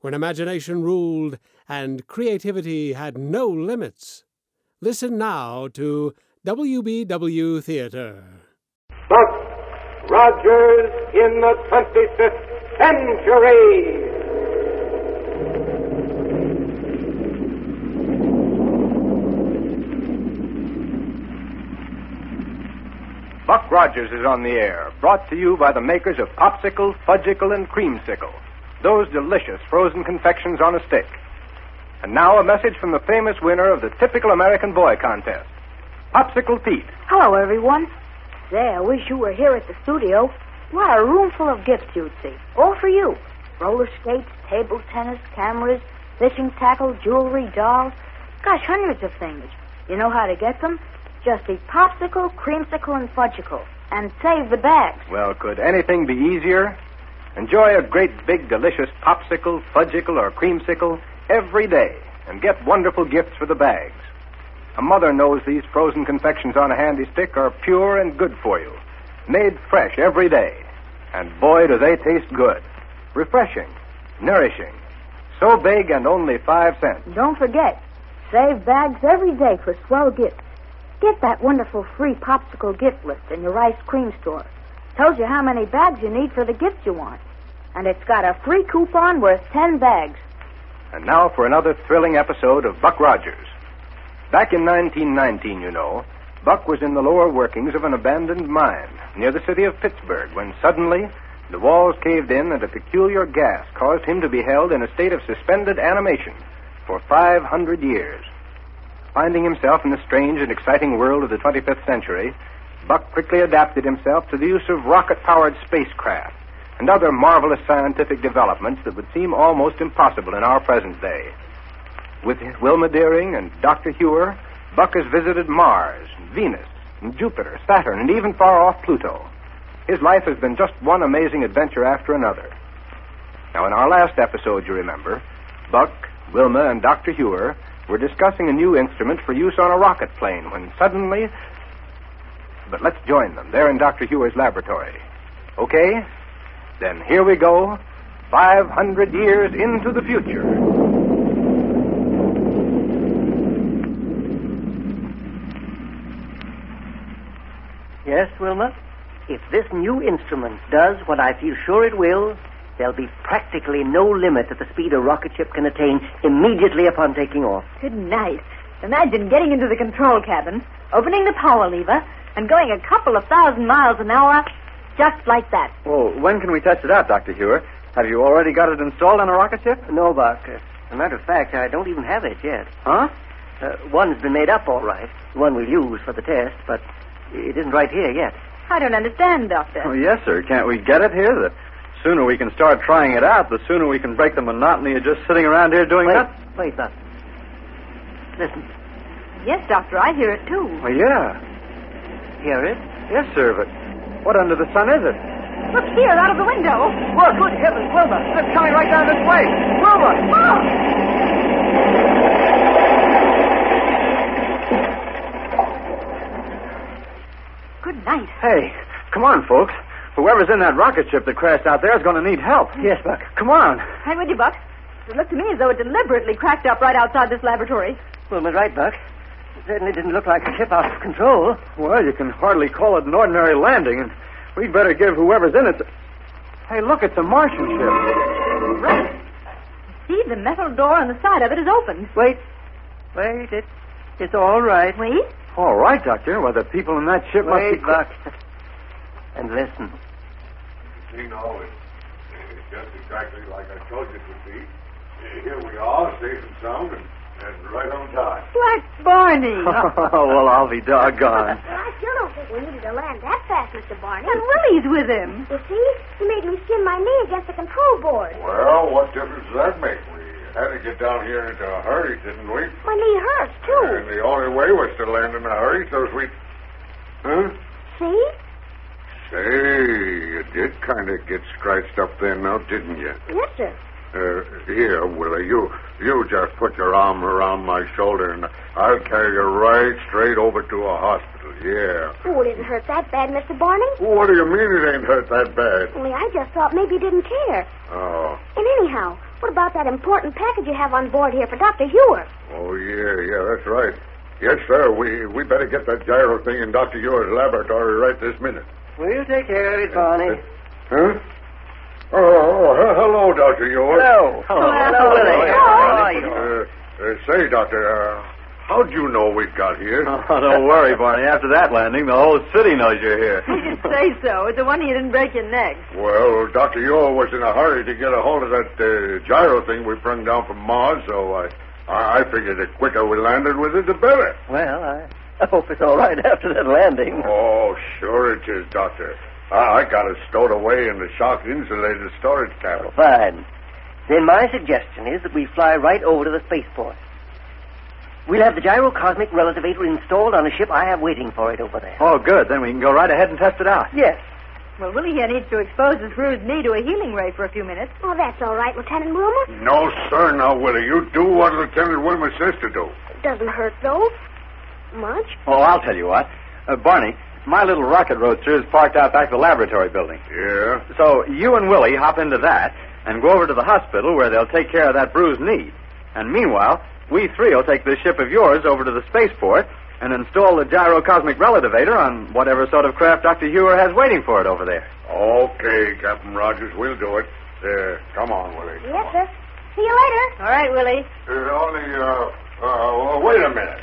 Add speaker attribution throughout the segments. Speaker 1: when imagination ruled and creativity had no limits. Listen now to WBW Theater.
Speaker 2: Buck Rogers in the 25th century.
Speaker 3: Buck Rogers is on the air, brought to you by the makers of Popsicle, Fudgicle, and Creamsicle, those delicious frozen confections on a stick. And now a message from the famous winner of the Typical American Boy contest, Popsicle Pete.
Speaker 4: Hello, everyone. Say, I wish you were here at the studio. Why, a room full of gifts you'd see. All for you. Roller skates, table tennis, cameras, fishing tackle, jewelry, dolls. Gosh, hundreds of things. You know how to get them? Just eat popsicle, creamsicle, and fudgicle. And save the bags.
Speaker 3: Well, could anything be easier? Enjoy a great big delicious Popsicle, Fudgicle, or Creamsicle every day and get wonderful gifts for the bags. A mother knows these frozen confections on a handy stick are pure and good for you, made fresh every day. And boy, do they taste good. Refreshing, nourishing, so big and only five cents.
Speaker 4: Don't forget, save bags every day for swell gifts. Get that wonderful free popsicle gift list in your ice cream store. Tells you how many bags you need for the gifts you want. And it's got a free coupon worth 10 bags.
Speaker 3: And now for another thrilling episode of Buck Rogers. Back in 1919, you know, Buck was in the lower workings of an abandoned mine near the city of Pittsburgh when suddenly the walls caved in and a peculiar gas caused him to be held in a state of suspended animation for 500 years. Finding himself in the strange and exciting world of the 25th century, Buck quickly adapted himself to the use of rocket powered spacecraft and other marvelous scientific developments that would seem almost impossible in our present day. With Wilma Deering and Dr. Hewer, Buck has visited Mars, Venus, and Jupiter, Saturn, and even far off Pluto. His life has been just one amazing adventure after another. Now, in our last episode, you remember, Buck, Wilma, and Dr. Hewer were discussing a new instrument for use on a rocket plane when suddenly. But let's join them. They're in Dr. Hewer's laboratory. Okay? Then here we go 500 years into the future.
Speaker 5: Yes, Wilma? If this new instrument does what I feel sure it will, there'll be practically no limit to the speed a rocket ship can attain immediately upon taking off.
Speaker 6: Good night. Imagine getting into the control cabin, opening the power lever, and going a couple of thousand miles an hour just like that.
Speaker 7: Well, Oh, when can we test it out, Dr. Hewer? Have you already got it installed on a rocket ship?
Speaker 5: No, Buck. As a matter of fact, I don't even have it yet.
Speaker 7: Huh?
Speaker 5: Uh, one's been made up all right. One we'll use for the test, but it isn't right here yet.
Speaker 6: I don't understand, Doctor.
Speaker 7: Oh, yes, sir. Can't we get it here? The sooner we can start trying it out, the sooner we can break the monotony of just sitting around here doing
Speaker 5: Wait,
Speaker 7: nothing.
Speaker 5: wait, Buck. Listen.
Speaker 6: Yes, Doctor, I hear it too.
Speaker 7: Well, yeah.
Speaker 5: Hear it?
Speaker 7: Yes, sir, but what under the sun is it?
Speaker 6: Look here, out of the window.
Speaker 7: Look, good heavens, Wilma. It's coming right down this way. Wilma!
Speaker 6: Good night.
Speaker 7: Hey, come on, folks. Whoever's in that rocket ship that crashed out there is going to need help. Yes, Buck. Come on.
Speaker 6: I'm with you, Buck. It looked to me as though it deliberately cracked up right outside this laboratory.
Speaker 5: Wilma's right, Buck. It certainly didn't look like a ship out of control.
Speaker 7: Well, you can hardly call it an ordinary landing, and we'd better give whoever's in it. Hey, look, it's a Martian ship.
Speaker 6: See, the metal door on the side of it is open.
Speaker 5: Wait. Wait, it, it's all right.
Speaker 6: Wait.
Speaker 7: All right, Doctor. Well, the people in that ship must
Speaker 5: Wait,
Speaker 7: be.
Speaker 5: Buck. And listen.
Speaker 8: You know, it, it's just exactly like I told you it would be. Here we are, safe and sound, and, and right on time.
Speaker 6: Black Barney.
Speaker 7: oh, well, I'll be doggone.
Speaker 9: I still don't think we needed to land that fast, Mr. Barney.
Speaker 6: and Willie's with him.
Speaker 9: You see, he made me skin my knee against the control board.
Speaker 8: Well, what difference does that make? We had a to get down here into a hurry, didn't we?
Speaker 9: My knee hurts,
Speaker 8: And
Speaker 9: too.
Speaker 8: the only way was to land in a hurry, so we. Huh?
Speaker 9: See?
Speaker 8: Say, you did kind of get scratched up there now, didn't you?
Speaker 9: Yes, sir.
Speaker 8: Uh, here, Willie, you you just put your arm around my shoulder, and I'll carry you right straight over to a hospital. Yeah.
Speaker 9: Oh, it didn't hurt that bad, Mr. Barney.
Speaker 8: What do you mean it ain't hurt that bad?
Speaker 9: Only I just thought maybe you didn't care.
Speaker 8: Oh,
Speaker 9: And anyhow, what about that important package you have on board here for Dr. Hewer?
Speaker 8: oh yeah, yeah, that's right. Yes, sir. We we better get that gyro thing in Doctor Ewer's laboratory right this minute.
Speaker 5: We'll take care of it, Barney.
Speaker 8: Huh? Oh, oh he- hello, Doctor Ewer.
Speaker 5: Hello. Hello, Hello, Willie. Willie. How are you?
Speaker 8: Uh, uh, say, Doctor, uh, how'd you know we got here?
Speaker 3: Oh, don't worry, Barney. After that landing, the whole city knows you're here.
Speaker 4: You should say so. It's a wonder you didn't break your neck.
Speaker 8: Well, Dr. Yore was in a hurry to get a hold of that uh, gyro thing we brung down from Mars, so I, I, I figured the quicker we landed with it, the better.
Speaker 5: Well, I, I hope it's all right after that landing.
Speaker 8: Oh, sure it is, Doctor. I, I got it stowed away in the shock insulated storage cabin.
Speaker 5: Fine. Then my suggestion is that we fly right over to the spaceport. We'll have the gyrocosmic relativator installed on a ship I have waiting for it over there.
Speaker 3: Oh, good. Then we can go right ahead and test it out.
Speaker 5: Yes.
Speaker 4: Well, Willie here needs to expose his bruised knee to a healing ray for a few minutes.
Speaker 9: Oh, that's all right, Lieutenant Wilmer.
Speaker 8: No, sir, now, Willie. You do what Lieutenant Wilmer says to do.
Speaker 9: It doesn't hurt, though. Much.
Speaker 3: Oh, I'll tell you what. Uh, Barney, my little rocket roadster is parked out back of the laboratory building.
Speaker 8: Yeah?
Speaker 3: So you and Willie hop into that and go over to the hospital where they'll take care of that bruised knee. And meanwhile, we three will take this ship of yours over to the spaceport and install the gyrocosmic relativator on whatever sort of craft Dr. Hewer has waiting for it over there.
Speaker 8: Okay, Captain Rogers, we'll do it. Uh, come on, Willie.
Speaker 9: Yes, sir. See you later.
Speaker 4: All right, Willie.
Speaker 8: Uh, only, uh, uh, wait a minute.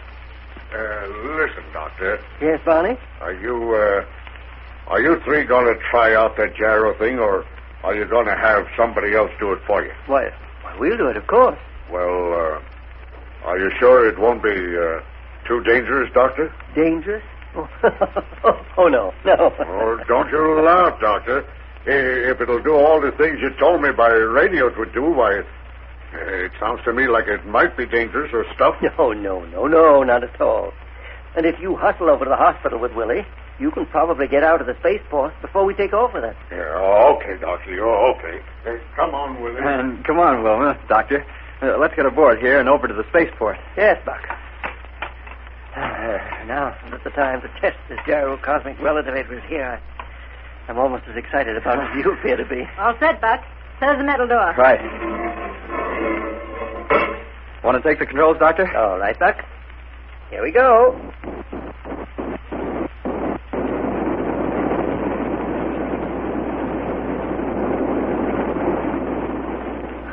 Speaker 8: Uh, listen, Doctor.
Speaker 5: Yes, Barney?
Speaker 8: Are you, uh, are you three going to try out that gyro thing, or are you going to have somebody else do it for you?
Speaker 5: Why, why, we'll do it, of course.
Speaker 8: Well, uh, are you sure it won't be uh, too dangerous, Doctor?
Speaker 5: Dangerous? Oh, oh no, no.
Speaker 8: Oh, don't you laugh, Doctor. I- If it'll do all the things you told me by radio it would do, why, uh, it sounds to me like it might be dangerous or stuff.
Speaker 5: No, no, no, no, not at all. And if you hustle over to the hospital with Willie, you can probably get out of the spaceport before we take off with it.
Speaker 8: Yeah, oh, okay, Doctor. You're okay. Hey, come on, Willie.
Speaker 3: And come on, Wilma, Doctor. Uh, let's get aboard here and over to the spaceport.
Speaker 5: Yes, Buck. Ah, now that the time to test this gyrocosmic relativator is here, I, I'm almost as excited about it as you appear to be.
Speaker 4: All set, Buck. There's the metal door.
Speaker 3: Right. Want to take the controls, Doctor?
Speaker 5: All right, Buck. Here we go.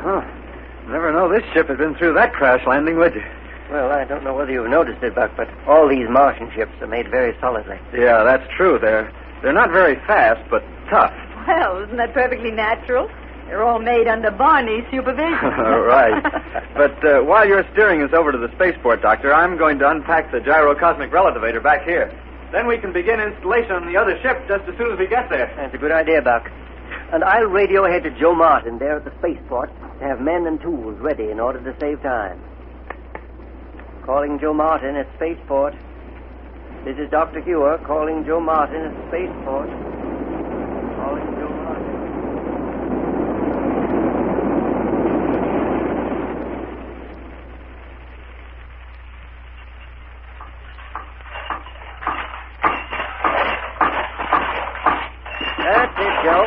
Speaker 3: Huh. Never know this ship had been through that crash landing, would you?
Speaker 5: Well, I don't know whether you've noticed it, Buck, but all these Martian ships are made very solidly.
Speaker 3: Yeah, that's true. They're they're not very fast, but tough.
Speaker 4: Well, isn't that perfectly natural? They're all made under Barney's supervision.
Speaker 3: right. But uh, while you're steering us over to the spaceport, Doctor, I'm going to unpack the gyrocosmic relativator back here. Then we can begin installation on the other ship just as soon as we get there.
Speaker 5: That's a good idea, Buck. And I'll radio ahead to Joe Martin there at the spaceport to have men and tools ready in order to save time. Calling Joe Martin at spaceport. This is Dr. Hewer calling Joe Martin at spaceport. Calling Joe Martin. That's it, Joe.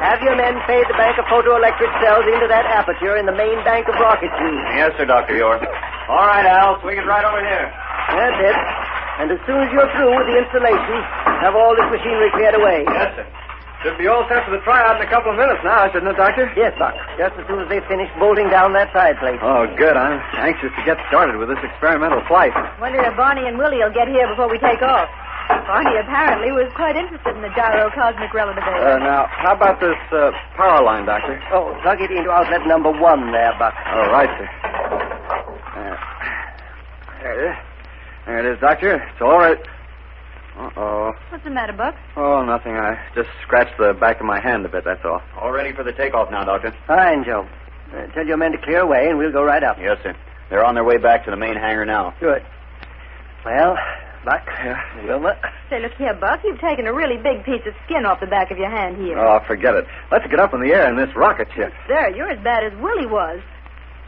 Speaker 5: Have your men fade the bank of photoelectric cells into that aperture in the main bank of rocket tubes.
Speaker 3: Yes, sir, Doctor York. All right, Al, swing it right over here.
Speaker 5: That's it. And as soon as you're through with the installation, have all this machinery cleared away.
Speaker 3: Yes, sir. Should be all set for the tryout in a couple of minutes now, shouldn't it, Doctor?
Speaker 5: Yes, Buck. Just as soon as they finish bolting down that side plate.
Speaker 3: Oh, good. I'm anxious to get started with this experimental flight.
Speaker 4: Wonder if Barney and Willie will get here before we take off. Barney apparently was quite interested in the gyrocosmic
Speaker 3: Uh,
Speaker 4: relativator.
Speaker 3: now, how about this uh, power line, Doctor?
Speaker 5: Oh, plug it into outlet number one there, Buck.
Speaker 3: All right, sir. Uh, there it is. There it is, Doctor. It's all right. Uh-oh.
Speaker 4: What's the matter, Buck?
Speaker 3: Oh, nothing. I just scratched the back of my hand a bit, that's all. All ready for the takeoff now, Doctor.
Speaker 5: Fine, Joe. Uh, tell your men to clear away, and we'll go right up.
Speaker 3: Yes, sir. They're on their way back to the main hangar now.
Speaker 5: Good. Well, Buck, Wilma.
Speaker 4: Say, look here, Buck. You've taken a really big piece of skin off the back of your hand here.
Speaker 3: Oh, forget it. Let's get up in the air in this rocket ship.
Speaker 4: There, you're as bad as Willie was.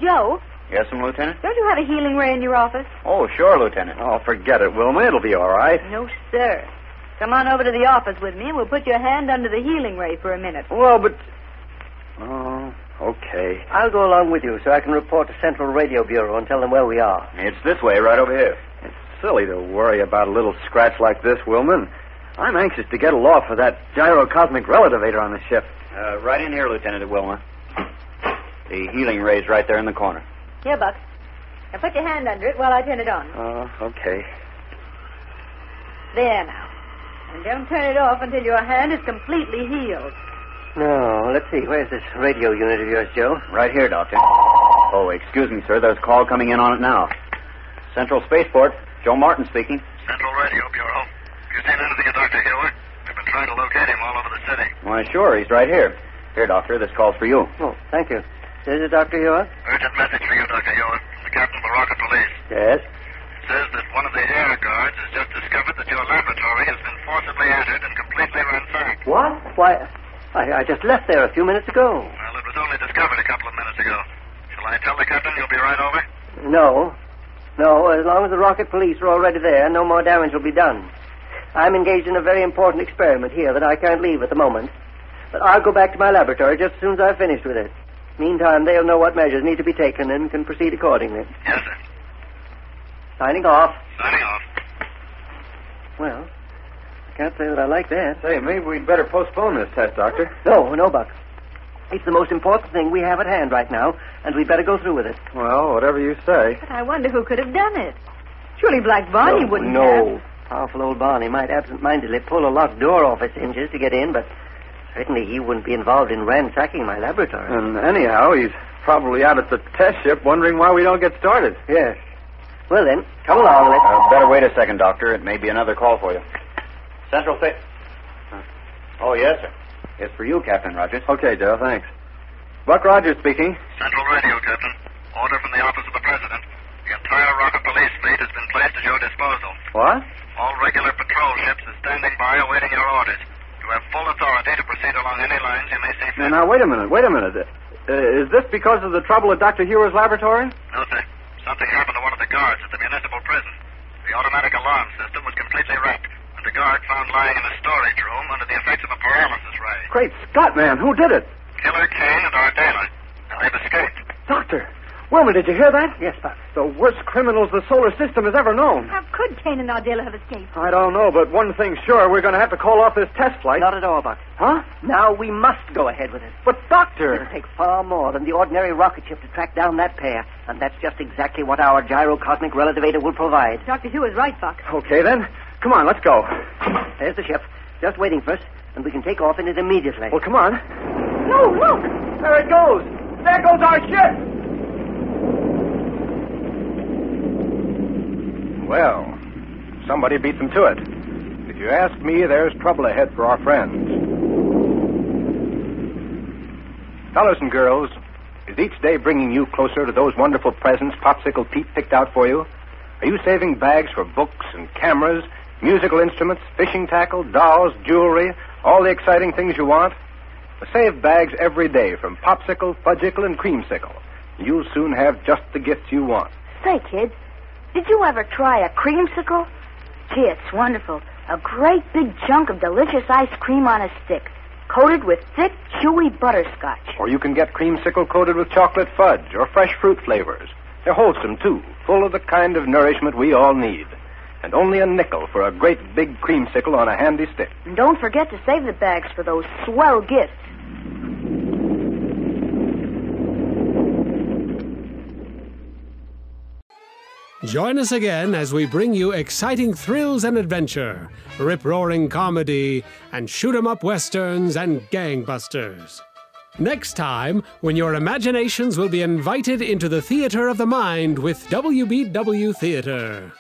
Speaker 4: Joe,
Speaker 3: Yes, ma'am, Lieutenant?
Speaker 4: don't you have a healing ray in your office?
Speaker 3: Oh, sure, Lieutenant. Oh, forget it, Wilma. It'll be all right.
Speaker 4: No, sir. Come on over to the office with me, and we'll put your hand under the healing ray for a minute.
Speaker 3: Well, but. Oh, okay.
Speaker 5: I'll go along with you so I can report to Central Radio Bureau and tell them where we are.
Speaker 3: It's this way, right over here. It's silly to worry about a little scratch like this, Wilman. I'm anxious to get aloft for that gyrocosmic relativator on the ship. Uh, right in here, Lieutenant Wilma. The healing ray's right there in the corner.
Speaker 4: Here, Buck. Now put your hand under it while I turn it on.
Speaker 3: Oh, okay.
Speaker 4: There now. And don't turn it off until your hand is completely healed.
Speaker 5: No, let's see. Where's this radio unit of yours, Joe?
Speaker 3: Right here, Doctor. Oh, excuse me, sir. There's a call coming in on it now. Central Spaceport. Joe Martin speaking.
Speaker 10: Central Radio Bureau. You seen anything of Dr. Hewitt? I've been trying to locate him all over the city.
Speaker 3: Why, sure. He's right here. Here, Doctor. This call's for you.
Speaker 5: Oh, thank you. Is it Dr. Hewitt?
Speaker 10: Urgent message for you, Dr. Hewitt. The captain of the rocket police.
Speaker 5: Yes.
Speaker 10: It says that one of the air guards has just discovered that your laboratory has been forcibly entered and completely ransacked.
Speaker 5: What? Why, I, I just left there a few minutes ago.
Speaker 10: Well, it was only discovered a couple of minutes ago. Shall I tell the captain you'll be right over?
Speaker 5: No. No, as long as the rocket police are already there, no more damage will be done. I'm engaged in a very important experiment here that I can't leave at the moment. But I'll go back to my laboratory just as soon as I've finished with it. Meantime, they'll know what measures need to be taken and can proceed accordingly.
Speaker 10: Yes, sir.
Speaker 5: Signing off.
Speaker 10: Signing off.
Speaker 5: Well, I can't say that I like that.
Speaker 3: Say, maybe we'd better postpone this test, Doctor.
Speaker 5: No, no, Buck. It's the most important thing we have at hand right now, and we'd better go through with it.
Speaker 3: Well, whatever you say.
Speaker 4: But I wonder who could have done it. Surely Black Barney
Speaker 5: no,
Speaker 4: wouldn't have.
Speaker 5: no. Powerful old Barney might absent-mindedly pull a locked door off its hinges to get in, but certainly he wouldn't be involved in ransacking my laboratory.
Speaker 3: And anyhow, he's probably out at the test ship wondering why we don't get started.
Speaker 5: Yes. Well, then, come along. Let's...
Speaker 3: Uh, better wait a second, Doctor. It may be another call for you. Central State. Oh, yes, sir. It's for you, Captain Rogers. Okay, Joe, thanks. Buck Rogers speaking.
Speaker 10: Central Radio, Captain. Order from the office of the president. The entire rocket police fleet has been placed at your disposal.
Speaker 3: What?
Speaker 10: All regular patrol ships are standing by awaiting your orders. You have full authority to proceed along any lines you may see
Speaker 3: Now,
Speaker 10: fit.
Speaker 3: now, wait a minute, wait a minute. Uh, is this because of the trouble at Dr. Hewer's laboratory?
Speaker 10: No, sir. Something happened to one of the guards at the municipal prison. The automatic alarm system was completely wrecked, and the guard found lying in a storage room under the effects of a paralysis ray.
Speaker 3: Great Scott, man, who did it?
Speaker 10: Killer Kane and Ardana. Now, they've escaped.
Speaker 3: Doctor, Wilma, did you hear that?
Speaker 5: Yes, Buck.
Speaker 3: The worst criminals the solar system has ever known.
Speaker 4: How could Kane and Ardella have escaped?
Speaker 3: I don't know, but one thing's sure, we're going to have to call off this test flight.
Speaker 5: Not at all, Buck.
Speaker 3: Huh?
Speaker 5: Now we must go ahead with it.
Speaker 3: But, Doctor...
Speaker 5: It takes far more than the ordinary rocket ship to track down that pair, and that's just exactly what our gyrocosmic relativator will provide.
Speaker 4: Dr. Hugh is right, Buck.
Speaker 3: Okay, then. Come on, let's go.
Speaker 5: There's the ship, just waiting for us, and we can take off in it immediately.
Speaker 3: Well, come on.
Speaker 5: no, look!
Speaker 3: There it goes. There goes our ship.
Speaker 11: Well, somebody beat them to it. If you ask me, there's trouble ahead for our friends. Fellows and girls, is each day bringing you closer to those wonderful presents Popsicle Pete picked out for you? Are you saving bags for books and cameras, musical instruments, fishing tackle, dolls, jewelry, all the exciting things you want? Save bags every day from Popsicle, Fudgicle, and Creamsicle. You'll soon have just the gifts you want.
Speaker 12: Say, kids, did you ever try a creamsicle? Gee, it's wonderful. A great big chunk of delicious ice cream on a stick, coated with thick, chewy butterscotch.
Speaker 11: Or you can get creamsicle coated with chocolate fudge or fresh fruit flavors. They're wholesome, too, full of the kind of nourishment we all need. And only a nickel for a great big creamsicle on a handy stick.
Speaker 12: And don't forget to save the bags for those swell gifts.
Speaker 1: Join us again as we bring you exciting thrills and adventure, rip roaring comedy, and shoot 'em up westerns and gangbusters. Next time, when your imaginations will be invited into the theater of the mind with WBW Theater.